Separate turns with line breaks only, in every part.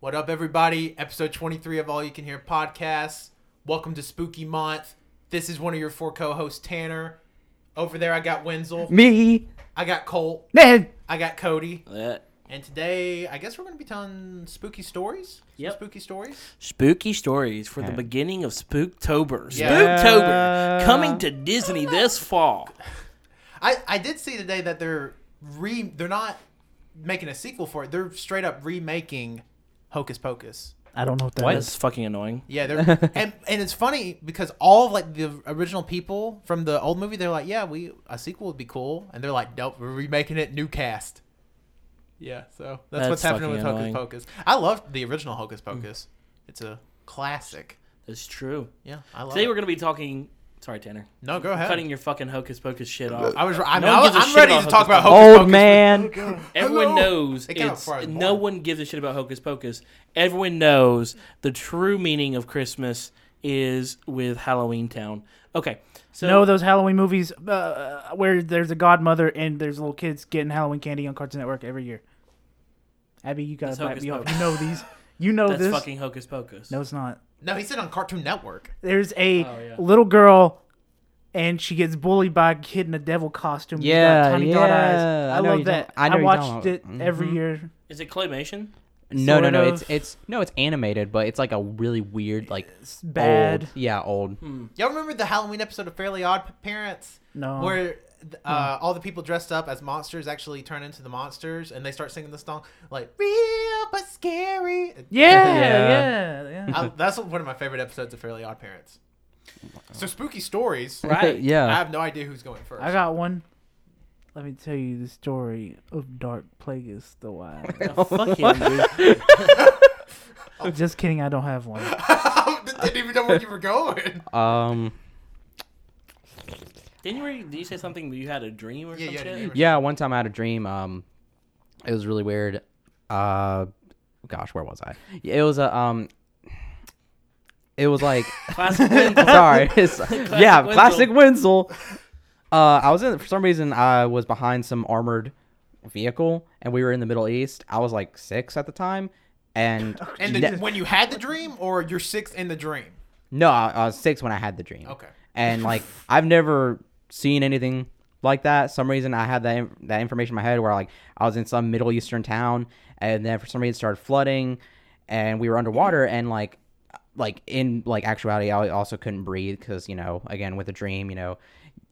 What up, everybody? Episode 23 of All You Can Hear podcast. Welcome to Spooky Month. This is one of your four co hosts, Tanner. Over there, I got Wenzel.
Me,
I got Colt.
man.
I got Cody.
Uh,
And today, I guess we're going to be telling spooky stories. Some
Yep.
Spooky stories.
spooky stories for the
Yeah.
beginning of Spooktober.
Yeah.
Spooktober coming to Disney this fall.
I, I did see today that they're re they're not making a sequel for it. They're straight up remaking Hocus Pocus.
I don't know what that is.
That's fucking annoying.
Yeah, they're and and it's funny because all of, like the original people from the old movie, they're like, yeah, we a sequel would be cool, and they're like, nope, we're remaking it, new cast. Yeah, so that's,
That's
what's happening
fucking
with
annoying. Hmm.
Hocus Pocus. I loved the original Hocus Pocus. It's a classic.
That's true.
Yeah, I love.
Today
it.
we're gonna be talking. Sorry, Tanner.
no, go ahead.
Cutting your fucking hocus pocus shit off.
I was. I mean, I
No one
was
gives a
I'm
shit
ready
about
to talk
Hocus
about Hocus
Old
Pocus.
man.
Everyone
Hello.
knows
It came out
it's
before I was
no
born.
one gives a shit about Hocus Pocus. Everyone knows the true meaning of Christmas is with Halloween Town. Okay, so
know those Halloween movies uh, where there's a godmother and there's little kids getting Halloween candy on Cartoon Network every year. Abby, you gotta
That's
back
Hocus
me up.
Pocus.
You know these. You know
that's
this.
fucking Hocus Pocus.
no, it's not.
No, he said on Cartoon Network.
There's a
Oh, yeah.
little girl, and she gets bullied by a kid in a devil costume. He's got
Yeah,
tiny dot eyes.
yeah,
I,
I know
love
you're
that.
talking- I know
I
you're
watched
talking
it
about- Mm-hmm.
every year.
Is it claymation?
No, no,
sort
no.
of.
It's it's no, it's animated, but it's like a really weird, like
It's bad.
Old, yeah, old.
Y'all remember the Halloween episode of Fairly Odd Parents?
No.
Where th- uh, all the people dressed up as monsters actually turn into the monsters and they start singing the song, like, real but scary.
Yeah, yeah,
Yeah.
yeah.
I, that's one of my favorite episodes of Fairly Odd Parents. So, spooky stories.
Right.
I
yeah.
have no idea who's going first.
I got one. Let me tell you the story of Dark Plagueis the Wise.
Oh, fuck him, dude.
Just kidding, I don't have one.
didn't even know where you were going.
Um.
Didn't you, re- did you say something that you had a dream or
Yeah, you had a
something?
dream.
Yeah. One time I had a dream. Um. It was really weird. Uh. Gosh, where was I? It was a um. It was like
Classic Wenzel.
sorry. It's, yeah,
Wenzel.
classic Wenzel. Uh, I was in for some reason. I was behind some armored vehicle, and we were in the Middle East. I was like six at the time, and
And the,
ne-
when you had the dream, or you're six in the dream?
No, I, I was six when I had the dream.
Okay.
And like I've never seen anything like that. Some reason I had that in- that information in my head where like I was in some Middle Eastern town, and then for some reason it started flooding, and we were underwater,
Mm-hmm.
and like like in like actuality I also couldn't breathe because you know again with a dream you know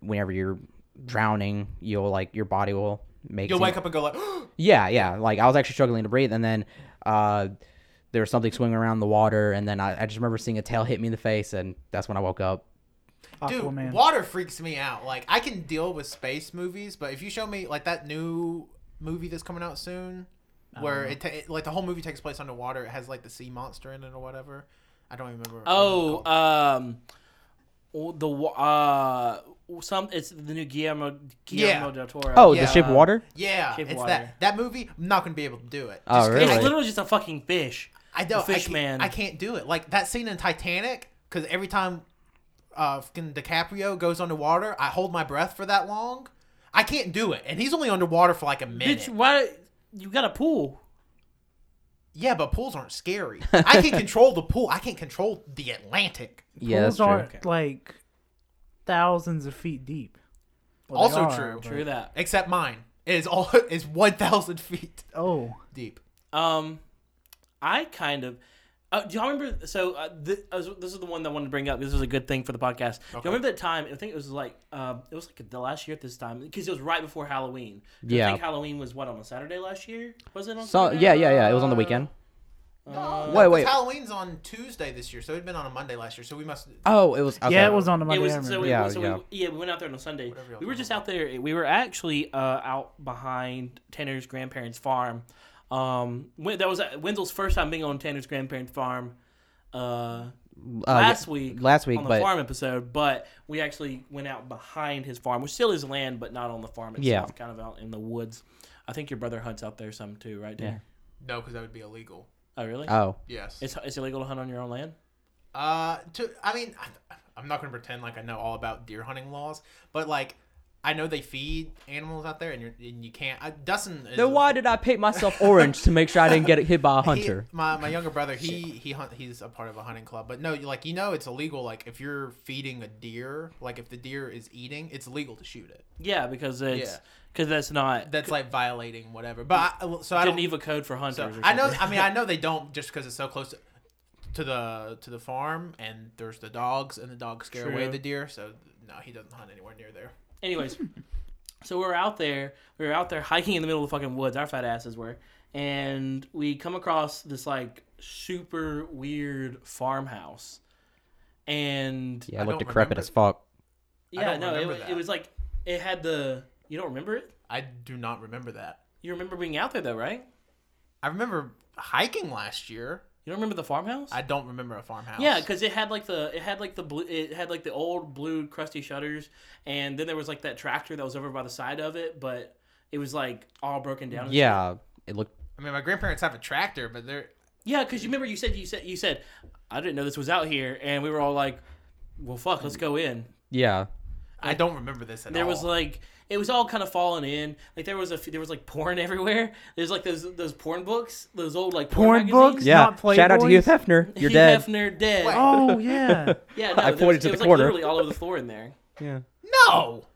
whenever you're drowning you'll like your body will make
You'll
some-
wake up and go, like, "Oh,
yeah, yeah. Like I was actually struggling to breathe, and then uh, there was something swimming around in the water, and then I, I just remember seeing a tail hit me in the face, and that's when I woke up.
Dude,
Aquaman.
water freaks me out. Like I can deal with space movies, but if you show me like that new movie that's coming out soon, where it, ta- it- like the whole movie takes place underwater, it has like the sea monster in it or whatever. I don't even remember.
uh,
Oh, um, w- the wa- uh, some it's the new Guillermo Guillermo
Yeah.
del Toro.
Oh,
Yeah.
the ship
Uh,
water.
yeah,
Shape of
it's
Water.
that that movie. I'm not gonna be able to do it.
Oh,
Just 'cause
really?
It's
I-
literally just a fucking fish.
I don't.
The
I
fish
can't-
man.
I can't do it. Like that scene in Titanic, because every time uh, fucking DiCaprio goes underwater, I hold my breath for that long. I can't do it, and he's only underwater for like a minute.
Bitch, why you got a pool?
Yeah, but pools aren't scary. I can control the pool. I can't control the Atlantic.
Yeah,
Pools
that's true.
aren't like thousands of feet deep. Well, they
also
are,
true.
but-
True that.
Except mine is all is one thousand feet
Oh,
deep.
Um, I kind of. Uh, do y'all remember? So uh, this, this is the one that I wanted to bring up. This was a good thing for the podcast. Do you remember that time? I think it was like um, it was like the last year at this time because it was right before Halloween. 'Cause I
Yeah.
think Halloween was what on a Saturday last year. Was it on?
So
Saturday?
yeah, yeah, yeah. It was on the weekend.
No,
Wait, wait.
Halloween's on Tuesday this year, so it'd been on a Monday last year. So we must.
Oh, it was. Okay.
yeah, it was on the
It
Monday.
was
I
so
remember.
we,
Yeah,
so
yeah.
We, yeah, we went out there on a Sunday.
Whatever y'all
We were
do.
just out there. We were actually uh, out behind Tanner's grandparents' farm. Um, when, that was uh, Wenzel's first time being on Tanner's grandparents' farm. Uh,
Uh,
last
yeah,
week,
Last week,
on the
but
farm episode, but we actually went out behind his farm, which still is land, but not on the farm itself.
Yeah.
kind of out in the woods. I think your brother hunts out there some too, right? Tanner?
No, because that would be illegal.
Oh, really?
oh,
Yes.
it's it's illegal to hunt on your own land.
Uh, to I mean, I- I'm not gonna pretend like I know all about deer hunting laws, but like I know they feed animals out there, and you're and you can't. I, Dustin. Is,
Then why did I paint myself orange to make sure I didn't get hit by a
he-
hunter?
my my younger brother, he he hunt, he's a part of a hunting club, but no, you- like you know, it's illegal. Like if you're feeding a deer, like if the deer is eating, it's illegal to shoot it.
Yeah, because it's
Yeah.
because that's not
That's like violating whatever. But I, so I don't.
Geneva code for hunters.
so
or something.
I know. I mean, I know they don't just because it's so close to, to the to the farm, and there's the dogs, and the dogs scare away
True.
the deer. So no, he doesn't hunt anywhere near there.
Anyways,
Hmm.
so we were out there. We were out there hiking in the middle of the fucking woods. Our fat asses were, and we come across this like super weird farmhouse. And
Yeah, I
I
looked
don't
decrepit
remember.
as fuck.
yeah,
don't
no, it,
remember
wa- it
that.
was like it had the. You don't remember it?
I do not remember that.
You remember being out there though, right?
I remember hiking last year.
You don't remember the farmhouse?
I don't remember a farmhouse.
Yeah, because it had like the it had like the blue it had like the old blue crusty shutters, and then there was like that tractor that was over by the side of it, but it was like all broken down. and shit.
Yeah, it looked.
I mean, my grandparents have a tractor, but they're
yeah, because you remember you said you said you said I didn't know this was out here, and we were all like, well, fuck, let's go in.
Yeah,
I don't remember this at
There
all.
was like it was all kind of falling in. Like there was a f- there was like porn everywhere. There's like those those porn books, those old like porn,
Porn books?
magazines.
yeah.
not
Shout out to
Playboys?
Hugh Hefner. You're
Hugh
dead.
Hefner dead.
Wait.
Oh yeah.
Yeah, no,
I
there was,
pointed to
it
the
was, like,
corner.
literally all over the floor in there.
Yeah.
no.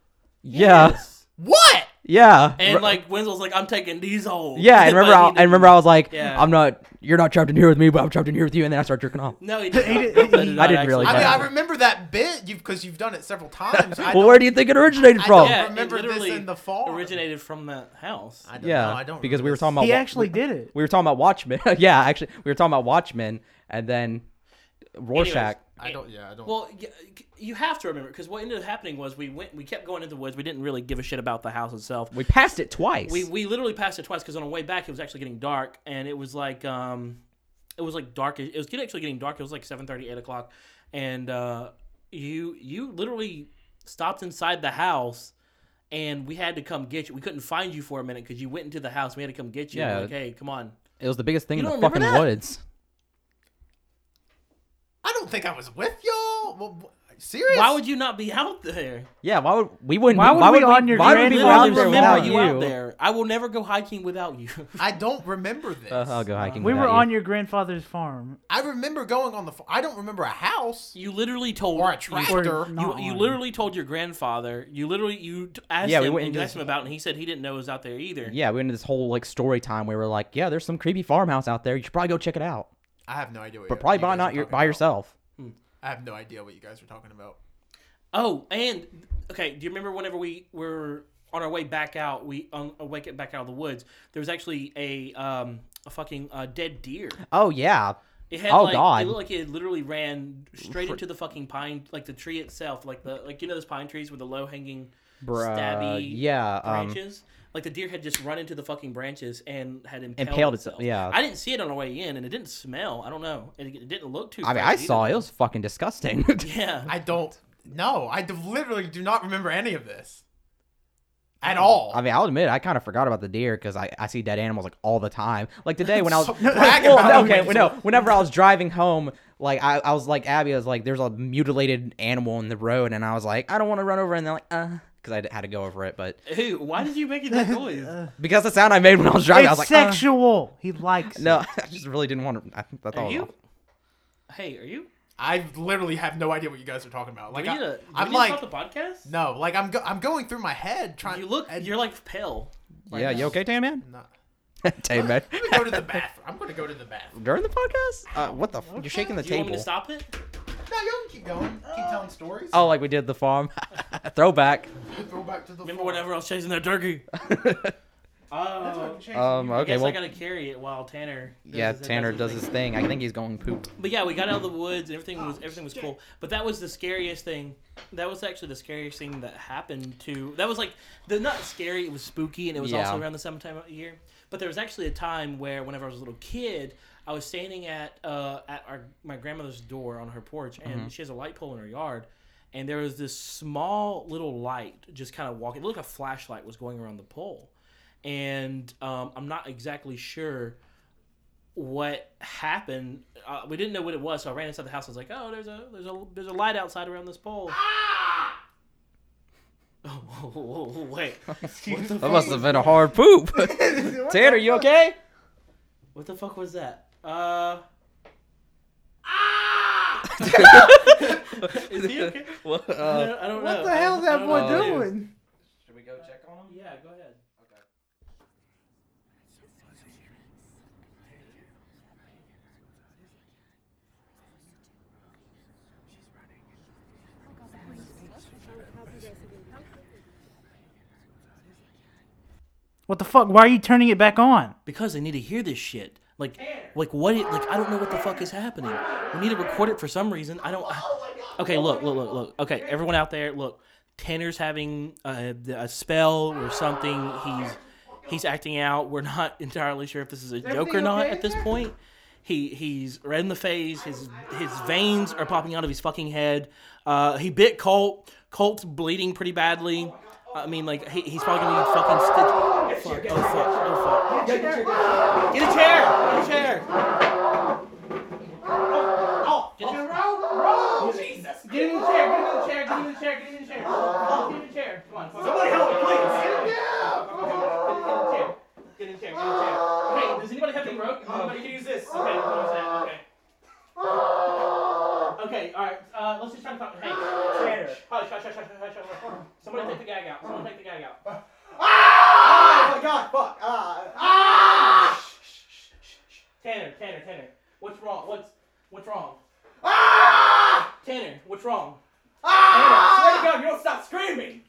Yeah.
Yes.
What?
Yeah.
And
Re-
like Wenzel's like, I'm taking these holes.
Yeah, and remember,
But
I,
he
and
didn't.
remember, I was like,
Yeah.
"I'm not, you're not trapped in here with me, but I'm trapped in here with you." And then I start jerking off.
No, he
He
didn't.
did-
That
he-
did
I
not
didn't
actually
really
I mean,
Yeah.
I
happen.
remember that bit you because you've done it several times. I
well,
don't,
where do you think it originated
I
from?
don't
Yeah, it
remember this
literally
in the farm.
originated from that house.
I don't
Yeah,
know. I don't
because we
remember
were talking
this.
about
he
wa-
actually did it.
we were talking about Watchmen. yeah, actually, we were talking about Watchmen, and then Rorschach.
I don't. Yeah, I don't.
Well, y- you have to remember because what ended up happening was we went, we kept going into the woods. We didn't really give a shit about the house itself.
We passed it twice.
We we literally passed it twice because on the way back it was actually getting dark and it was like um, it was like dark. It was getting- actually getting dark. It was like 7:30, 8 o'clock, and uh, you you literally stopped inside the house. And we had to come get you. We couldn't find you for a minute because you went into the house. We had to come get you.
Yeah.
Like, hey, come on.
it was the biggest thing
You
in the
don't remember
fucking
that?
woods.
I don't think I was with y'all. Well, wh- serious?
Why would you not be out there?
Yeah, why would we wouldn't?
Why would
why
we
would
on your
why would
granny
we
Be
go out
lounge
there
literally remember
without
you out
you?
there. I will never go hiking without you.
I don't remember this.
Uh, I'll go hiking.
We were
without you.
on your grandfather's farm.
I remember going on the. F- I don't remember a house
You literally told
or a
You,
Or
tractor.
not
you, you
on.
literally told your grandfather. You literally you t- asked
Yeah, we
him
went
and
into
you
this-
asked him about, it, and he said he didn't know it was out there either.
Yeah, we went into this whole like story time. where We were like, "Yeah, there's some creepy farmhouse out there. You should probably go check it out,
I have no idea. What
but
you-
probably
you
by
guys are
not your,
talking
by
about.
yourself."
I have no idea what you guys are talking about.
Oh, and okay, do you remember whenever we were on our way back out, we on our way back out of the woods, there was actually a um a fucking uh, dead deer.
Oh yeah,
It had
Oh,
like
God.
it looked like it literally ran straight into the fucking pine, like the tree itself, like the like you know those pine trees with the low hanging
Bruh,
stabby
yeah, um,
branches. like the deer had just run into the fucking branches and had impaled,
Impaled
itself.
itself, yeah.
I didn't see it on the way in, and it didn't smell. I don't know. It, it didn't look too.
I mean,
fresh
I saw
either.
it. It was fucking disgusting.
Yeah,
I don't. No, I d- literally do not remember any of this at all.
I mean, I'll admit, I kind of forgot about the deer because I, I see dead animals like all the time. Like today when I was
So brag about
well,
it.
okay, well, no, whenever I was driving home, like I, I was like Abby I was like, there's a mutilated animal in the road, and I was like, I don't want to run over, and they're like, uh, because I d- had to go over it, but
Hey, why did you make that noise?
because the sound I made when I was driving, I was
It's
like, uh.
sexual. He likes.
no, I just really didn't want to. I think that's
are
all.
you? Hey, are you?
I literally have no idea what you guys are talking about. Like
we need a,
I, I'm
do we need to
like
stop the podcast.
no, like I'm go- I'm going through my head trying.
you look.
and-
You're like pale.
Yeah, you okay, Tan Man?
I'm not-
Tan Man.
Let me go to the bathroom. I'm gonna go to the bathroom.
During the podcast? Uh, what the? F- You're shaking the
Do you want me
table.
to stop it?
No, you can keep going. Keep
Uh,
telling stories.
Oh, like we did the farm. Throwback.
Throw back to the.
Remember
farm.
whenever I was chasing that turkey?
That's
Oh,
what changed.
Um,
I
okay,
guess
well,
I gotta carry it while Tanner. Does
yeah,
his-
Tanner does
his
his
thing.
thing. I think he's going poop.
But yeah, we got out of the woods and everything was everything was cool. But that was the scariest thing. That was actually the scariest thing that happened to. That was like the not scary. It was spooky, and it was
Yeah.
also around the summertime of year. But there was actually a time where, whenever I was a little kid, I was standing at uh, at our my grandmother's door on her porch, and she has a light pole in her yard. And there was this small little light just kind of walking. It looked like a flashlight was going around the pole, and um, I'm not exactly sure what happened. Uh, we didn't know what it was, so I ran inside
Ah!
the house. I was like, "Oh, there's a there's a there's a light outside around this pole." Oh, whoa, whoa, whoa, wait.
Excuse
That must have been a hard poop. Tanner, you okay?
What the fuck was that? Uh.
Ah!
Is he okay?
What,
I
uh,
don't- I don't know.
What the
I-
hell's
I
that
don't
boy
Oh,
know.
doing?
Should we go check on him?
Yeah, go ahead.
What the fuck? Why are you turning it back on?
Because they need to hear this shit. Like, like what? It, like I don't know what the fuck is happening. We need to record it for some reason. I don't. okay, look, look, look, look. Okay, everyone out there, look. Tanner's having a, a spell or something. He's he's acting out. We're not entirely sure if this is a joke or not at this point. He he's red in the face. His his veins are popping out of his fucking head. Uh, he bit Colt. Colt's bleeding pretty badly. Uh, I mean, like he, he's probably gonna need fucking stitch. Fuck, oh fuck! Oh fuck! Get a chair! Get a chair! Oh, get in the Jesus! Get in the chair! Get in the chair! Get in the chair! Get in the chair! Oh, get in the chair! Come on! Somebody help me, please! Get in the chair! Get in the chair! Get in the chair! Get in the chair! Hey, does anybody have any
Uh,
rope? Anybody can use this. Okay, what was that? Okay. Okay, alright, uh, let's just try to find. Hey, chair. Oh, shush, shush, shush, shush, shush, shush. Somebody take the gag out. Someone take the gag out.
Oh my Ah! god, fuck. Ah.
Tanner, Tanner, Tanner. What's wrong? What's what's wrong? Tanner, what's wrong?
Ah! Swear to God, you don't stop screaming.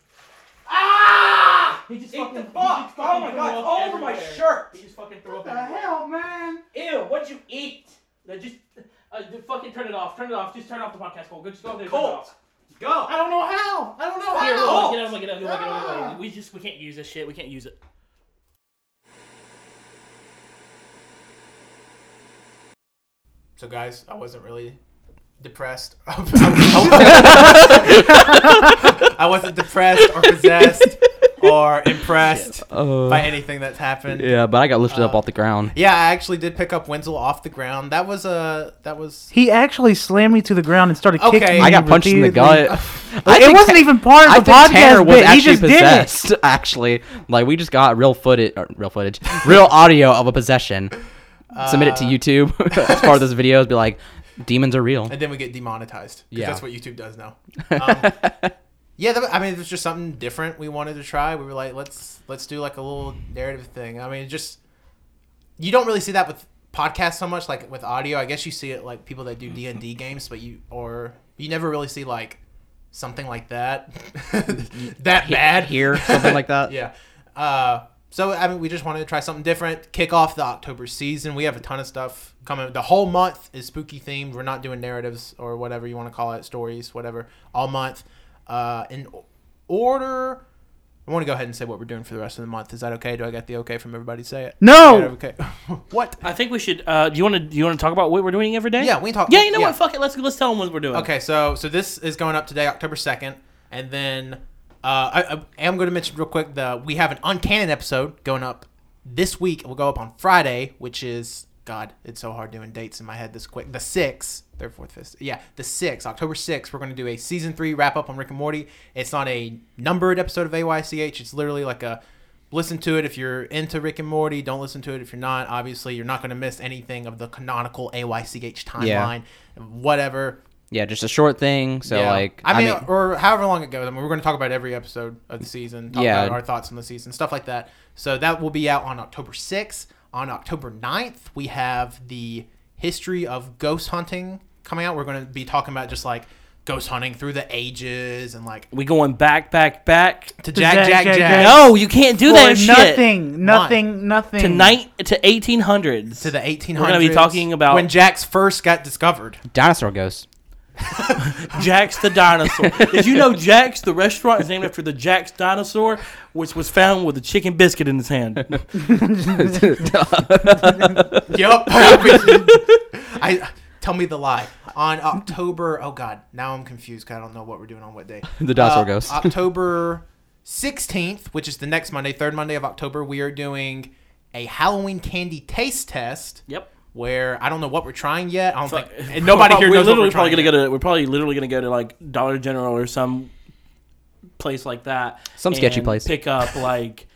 Ah!
He just
Eat
fucking
the
he
fuck!
just fucking
Oh my
threw
god,
up
it's all over my
everywhere.
shirt.
He just fucking threw up.
What the
everywhere.
hell, man? Ew, what'd you eat?
Now Just, uh, just fucking turn it off. Turn it off. Just turn off the podcast, Cole. Go- Just go over there. and turn it
Colt,
off.
go.
I don't know how. I don't know
Here,
how.
look, get Ah. out, look, get out, look, get out, look, get out. We just we can't use this shit. We can't use it.
So guys, I wasn't really depressed. I wasn't depressed or possessed or impressed
Uh,
by anything that's happened.
yeah, but I got lifted up off the ground.
Yeah, I actually did pick up Wenzel off the ground. That was a that was
He actually slammed me to the ground and started
Okay.
kicking me.
I got punched in the
repeatedly.
gut.
It wasn't even part of
I
the
think
podcast
Tanner was
bit. He
actually
just did it.
possessed. Actually, like we just got real footage, or real footage, real audio of a possession. Submit it to YouTube as part of this video. Be like, demons are real.
and then we get demonetized. 'cause
Yeah.
that's what YouTube does now. Um, yeah, that, I mean, it was just something different we wanted to try. We were like, let's let's do like a little narrative thing. I mean, it just you don't really see that with podcasts so much, like with audio. I guess you see it like people that do D and D games, but you or you never really see like something like that that bad
here, something like that.
yeah. Uh, so I mean, we just wanted to try something different. Kick off the October season. We have a ton of stuff coming. The whole month is spooky themed. We're not doing narratives or whatever you want to call it, stories, whatever, all month. Uh, in order, I want to go ahead and say what we're doing for the rest of the month. Is that okay? Do I get the okay from everybody? Say it.
No!
Is that Okay. what?
I think we should. Uh, do you want to? Do you want to talk about what we're doing every day?
Yeah, we talk-
Yeah, you know
yeah.
what? Fuck it. Let's let's tell them what we're doing.
Okay, so so this is going up today, October second, and then uh, I, I am going to mention real quick the we have an uncanon episode going up this week. It will go up on Friday, which is God, it's so hard doing dates in my head this quick. The sixth, third, fourth, fifth, yeah, the sixth, October sixth. We're going to do a season three wrap up on Rick and Morty. It's not a numbered episode of AYCH. It's literally like a listen to it if you're into Rick and Morty. Don't listen to it if you're not. Obviously, you're not going to miss anything of the canonical AYCH timeline. Whatever,
Yeah, just a short thing. So
yeah.
like,
I mean, or however long it goes. I mean, we're going to talk about every episode of the season. Talk
Yeah.
about our thoughts on the season, stuff like that. So that will be out on October 6th. On October 9th, we have the history of ghost hunting coming out. We're going to be talking about just like ghost hunting through the ages and like
We going back, back, back.
to Jack, Jack, Jack.
No, you can't do
For
that shit.
nothing, nothing, nothing.
Tonight to 1800s.
To the 1800s.
gonna be talking about-
when Jack's first got discovered.
dinosaur ghosts.
Jack's the dinosaur. Did you know Jack's the restaurant is named after the Jack's dinosaur, which was found with a chicken biscuit in his hand?
Yep. I tell me the lie. On October, oh god, now I'm confused because I don't know what we're doing on what day.
The dinosaur
Uh,
ghost.
October 16th, which is the next Monday, third Monday of October, we are doing a Halloween candy taste test.
Yep.
Where I don't know what we're trying yet. I don't
But-
think and nobody here
we're
knows.
literally
what we're
probably
trying
gonna go to. We're probably literally gonna go to like Dollar General or some place like that,
Some sketchy
and
place.
pick up like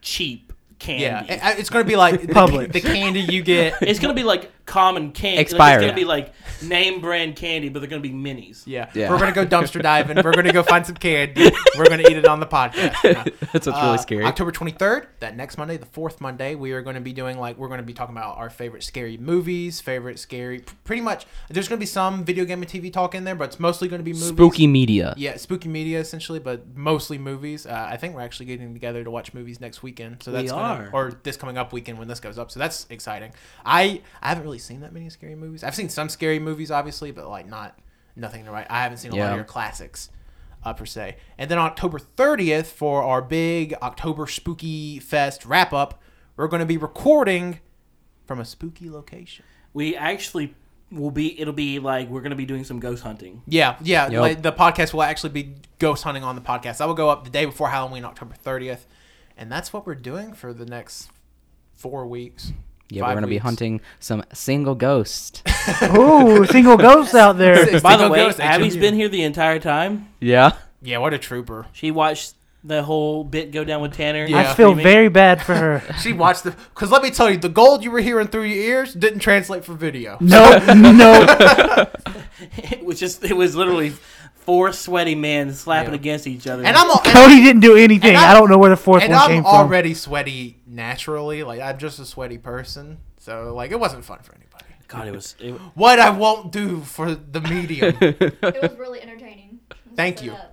cheap candy.
Yeah, it- it's gonna be like the-
Publix.
The, candy you get.
It's gonna be like common candy.
Expired.
Like, it's gonna be like name brand candy, but they're gonna be minis.
Yeah.
Yeah.
we're gonna go dumpster diving. We're gonna go find some candy. We're gonna eat it on the podcast.
That's what's
Uh,
really scary.
October 23rd, that next Monday, the fourth Monday, we are going to be doing like we're going to be talking about our favorite scary movies, favorite scary, p- pretty much. There's going to be some video game and TV talk in there, but it's mostly going to be movies.
Spooky media.
Yeah, spooky media essentially, but mostly movies. Uh, I think we're actually getting together to watch movies next weekend. So
We
that's
are.
gonna, or this coming up weekend when this goes up. So that's exciting. I I haven't really seen that many scary movies. I've seen some scary movies, obviously, but like not nothing to write. I haven't seen a lot
Yeah.
of your classics. Uh, per se. And then October 30th for our big October Spooky Fest wrap up, we're going to be recording from a spooky location.
We actually will be. It'll be like we're gonna be doing some ghost hunting.
Yeah, yeah.
Yep.
like, the podcast will actually be ghost hunting on the podcast. I will go up the day before Halloween, October 30th, and that's what we're doing for the next four weeks.
Yeah,
five
we're gonna be
weeks.
hunting some single ghost.
Ooh, single ghosts out there.
Six
By the
single
way,
ghosts,
Abby's
HMU.
been here the entire time.
yeah.
Yeah, what a trooper!
She watched the whole bit go down with Tanner.
Yeah.
I feel
Screaming.
very bad for her.
She watched the because let me tell you, the gold you were hearing through your ears didn't translate for video.
No, no.
it was just. It was literally four sweaty men slapping
Yeah.
against each other.
And I'm al- and,
Cody didn't do anything.
And
I
I'm-
don't know where the fourth
and
one came
I'm
from.
already sweaty naturally. Like I'm just a sweaty person, so like it wasn't fun for anybody.
God, it was. It,
What I won't do for the medium,
It was really entertaining. Let's
Thank
say
you.
that,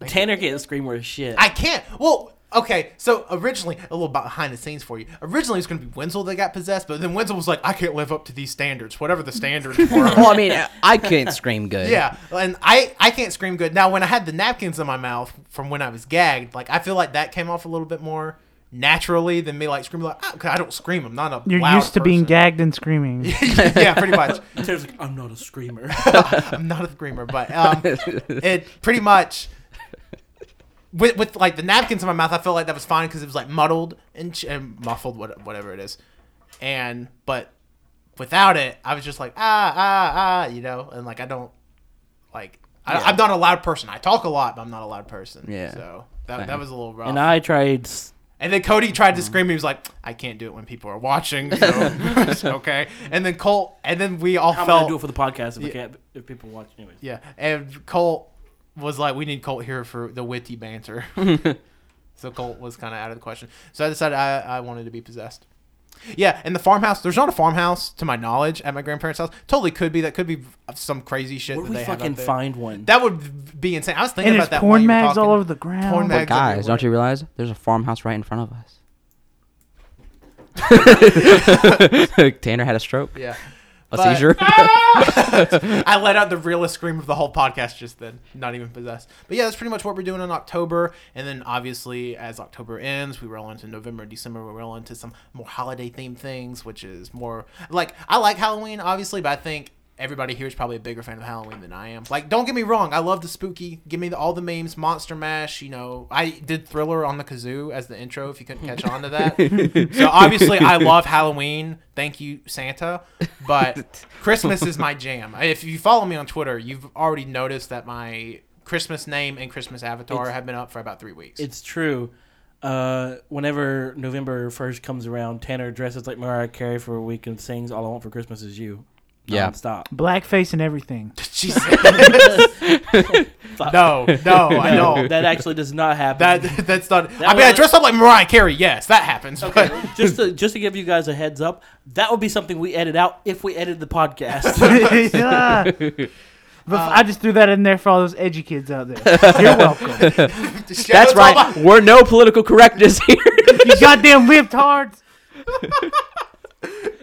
yeah.
Tanner can't scream worth shit.
I can't. Well, okay. So originally, a little behind the scenes for you. Originally, it was going to be Wenzel that got possessed, but then Wenzel was like, "I can't live up to these standards, whatever the standards were."
Well, I mean, I couldn't scream good.
yeah, and I I can't scream good. Now, when I had the napkins in my mouth from when I was gagged, like I feel like that came off a little bit more naturally than me like screaming like "Ah," 'cause I don't scream. I'm not a.
You're
loud
used to being
person.
gagged and screaming.
yeah, pretty much.
Tanner's like, I'm not a screamer.
I'm not a screamer, but um, it pretty much with with like the napkins in my mouth. I felt like that was fine because it was like muddled and, ch- and muffled, what, whatever it is. And but without it, I was just like ah ah ah, you know, and like I don't like I,
Yeah.
I'm not a loud person. I talk a lot, but I'm not a loud person.
Yeah.
So that, that
Same. Mm-hmm.
was a little rough.
and
And,
I tried. s-
then Cody tried to scream. He was like, I can't do it when people are watching. So it's okay. And then Colt. And then we all
I'm
felt
gonna do it for the podcast if, I
Yeah.
can't, if people watch. Anyways.
Yeah, and Colt was like, "We need Colt here for the witty banter." so Colt was kind of out of the question. So I decided I, I wanted to be possessed. Yeah, and the farmhouse. There's not a farmhouse to my knowledge at my grandparents' house. Totally could be. That could be some crazy shit.
What
That
if
they
we
have out
fucking
there.
find one?
That would be insane. I was thinking
And
about
there's
that. while
porn
you were
mags all
talking.
over the ground.
Porn mag-
But guys,
everywhere.
don't you realize there's a farmhouse right in front of us? Tanner had a stroke,
Yeah,
a
But-
seizure.
I let out the realest scream of the whole podcast just then, not even possessed. But yeah, that's pretty much what we're doing in October. And then obviously, as October ends, we roll into November, December, we roll into some more holiday themed things, which is more like I like Halloween, obviously, but I think everybody here is probably a bigger fan of Halloween than I am. Like, don't get me wrong, I love the spooky. Give me the, all the memes, Monster Mash. You know, I did Thriller on the kazoo as the intro. If you couldn't catch on to that, so obviously I love Halloween. Thank you, Santa. But Christmas is my jam. If you follow me on Twitter, you've already noticed that my Christmas name and Christmas avatar
It's-
have been up for about three weeks.
It's true. Uh, whenever November first comes around, Tanner dresses like Mariah Carey for a week and sings "All I Want for Christmas Is You."
Yeah.
Stop.
Blackface and everything.
Jesus. no, no, I don't.
That actually does not happen.
That that's not.
That
I mean, I
was-
dress up like Mariah Carey. Yes, that happens.
Okay,
But
just to just to give you guys a heads up, that would be something we edit out if we edit the podcast.
Yeah.
Uh,
But I just threw that in there for all those edgy kids out there. You're welcome.
That's right. We're no political correctness here.
You goddamn libtards.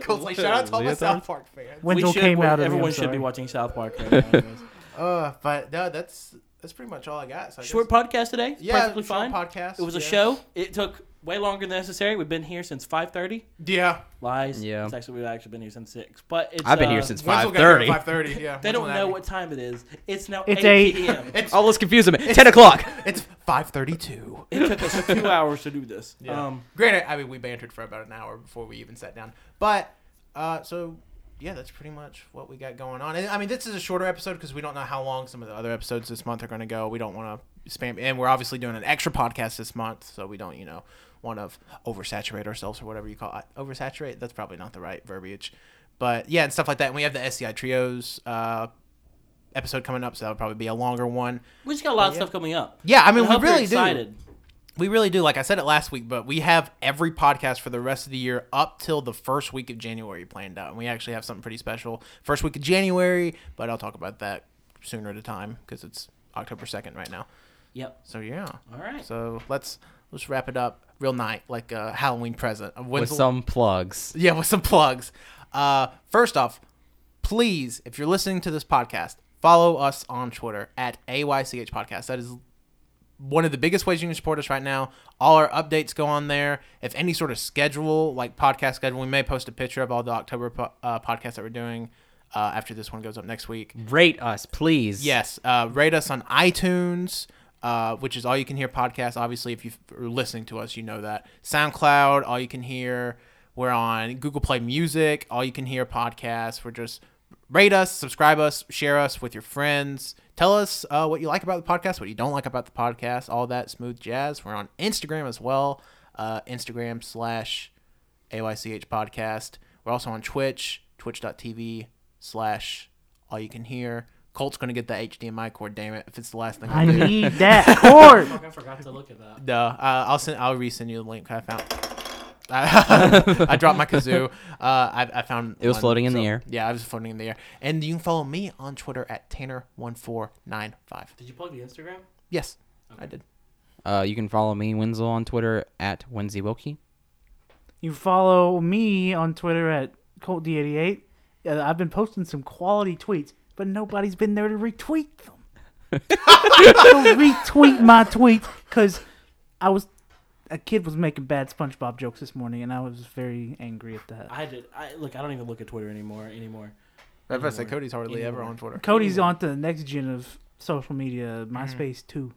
Cool. Like, shout out to all my South Park fans.
we
Wendell
should,
came out of
everyone
it.
should be
watching.
watching South Park. Right now, anyways.
Uh, but no, that's that's pretty much all I got. So I
Short
guess.
podcast today.
yeah,
perfectly
short
fine.
podcast.
It was a
yeah.
show. It took way longer than necessary. We've been here since five thirty.
Yeah,
Lies.
Yeah.
It's actually we've actually been here since six. But it's,
I've been
uh,
here since
Wenzel
five
got here at
thirty.
5:30, Yeah,
They
Wenzel
don't
and
know
Abby.
what time it is. It's now
It's
8,
eight.
p.m.
It's
Oh, let's confuse him. Ten o'clock.
it's 5:32.
it took us two hours to do this.
Yeah.
Um,
Granted, I mean we bantered for about an hour before we even sat down, but uh, so yeah, that's pretty much what we got going on. And I mean, this is a shorter episode because we don't know how long some of the other episodes this month are going to go. We don't want to spam, and we're obviously doing an extra podcast this month, so we don't, you know, want to oversaturate ourselves or whatever you call it. Oversaturate? That's probably not the right verbiage, but yeah, and stuff like that. And we have the SCI trios uh, episode coming up, so that'll probably be a longer one.
We just got a lot of stuff coming up.
Yeah, I mean, we
hope you're
really do.
excited.
We really do. Like I said it last week, but we have every podcast for the rest of the year up till the first week of January planned out. And we actually have something pretty special first week of January, but I'll talk about that sooner at a time because it's October 2nd right now.
Yep.
So, yeah.
All right.
So, let's let's wrap it up real night like a Halloween present.
with some plugs.
Yeah, with some plugs. Uh, first off, please, if you're listening to this podcast, follow us on Twitter at AYCH Podcast. That is one of the biggest ways you can support us right now. All our updates go on there. If any sort of schedule, like podcast schedule, we may post a picture of all the October po- uh, podcasts that we're doing uh, after this one goes up next week.
Rate us, please.
Yes. Uh, rate us on iTunes, uh, which is all you can hear podcast. Obviously, if you are listening to us, you know that. SoundCloud, all you can hear. We're on Google Play Music, all you can hear podcasts. We're just rate us, subscribe us, share us with your friends. Tell us uh, what you like about the podcast, what you don't like about the podcast, all that smooth jazz. We're on Instagram as well. Uh, Instagram slash AYCH podcast. We're also on Twitch, twitch.tv slash all you can hear. Colt's going to get the HDMI cord, damn it, if it's the last thing
I
I do.
need that cord.
Fuck, I forgot to look at that.
No, uh, I'll send. I'll resend you the link I found. I, I dropped my kazoo. Uh, I, I found
It was floating in the air.
Yeah, I was floating in the air. And you can follow me on Twitter at Tanner one four nine five.
Did you plug the Instagram?
Yes, I did.
Uh, you can follow me, Winslow, on Twitter at Wenzy Wilkie.
You follow me on Twitter at Colt88. Yeah, I've been posting some quality tweets, but nobody's been there to retweet them. to retweet my tweets because I was a kid was making bad SpongeBob jokes this morning, and I was very angry at that.
I did. I look. I don't even look at Twitter anymore. Anymore.
I was about to say Cody's hardly ever
Anymore.
on Twitter.
Cody's on to the next gen of social media, MySpace too.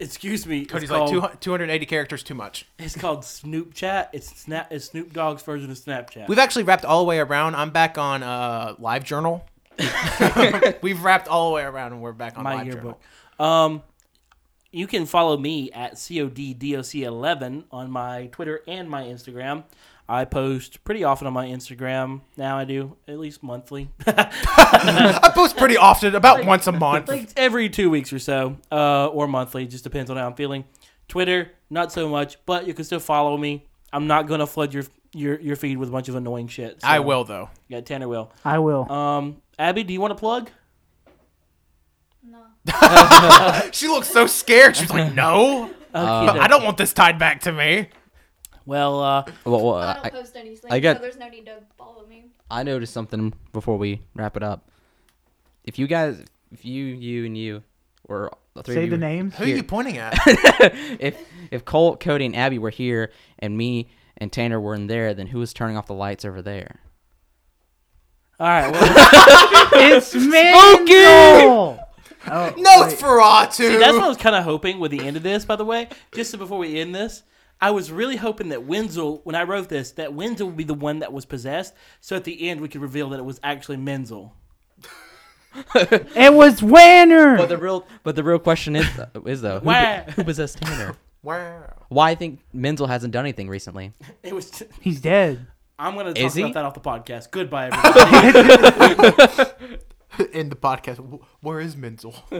Excuse me.
Cody's
it's called,
like two hundred eighty characters too much.
It's called Snoop Chat. It's Snap. It's Snoop Dogg's version of Snapchat.
We've actually wrapped all the way around. I'm back on uh, Live Journal. We've wrapped all the way around, and we're back on
my
Live Journal.
yearbook. Um, you can follow me at coddoc11 on my Twitter and my Instagram. I post pretty often on my Instagram. Now I do at least monthly,
I post pretty often, about once a month.
like every two weeks or so, uh, or monthly. Just depends on how I'm feeling. Twitter, not so much, but you can still follow me. I'm not gonna flood your your, your feed with a bunch of annoying shit. so-
I will though.
Yeah, Tanner will.
I will.
Oh,
Um, Abby, do you want to plug?
No.
She looks so scared. She's like, no.
Okey-dokey.
I don't want this tied back to me.
Well, uh,
Well, well,
I don't
I,
post anything,
I got-
so there's no need to follow me.
I noticed something before we wrap it up. If you guys, if you, you, and you, or the three
Say
of you,
the names.
Who are you pointing at?
if if Colt, Cody, and Abby were here, and me and Tanner were in there, then who was turning off the lights over there?
all right. Well,
it's Mangle. Oh,
no,
wait.
it's Ferratu.
that's what I was kind of hoping with the end of this. By the way, just so before we end this, I was really hoping that Wenzel, when I wrote this, that Wenzel would be the one that was possessed. So at the end, we could reveal that it was actually Menzel.
it was Wanner.
But the real, but the real question is, is though, who,
Why?
who possessed Tanner?
wow.
Why I think Menzel hasn't done anything recently?
It was.
He's dead.
I'm gonna
Is
talk
he?
about that off the podcast. Goodbye, everybody.
In the podcast, wh- where is Menzel?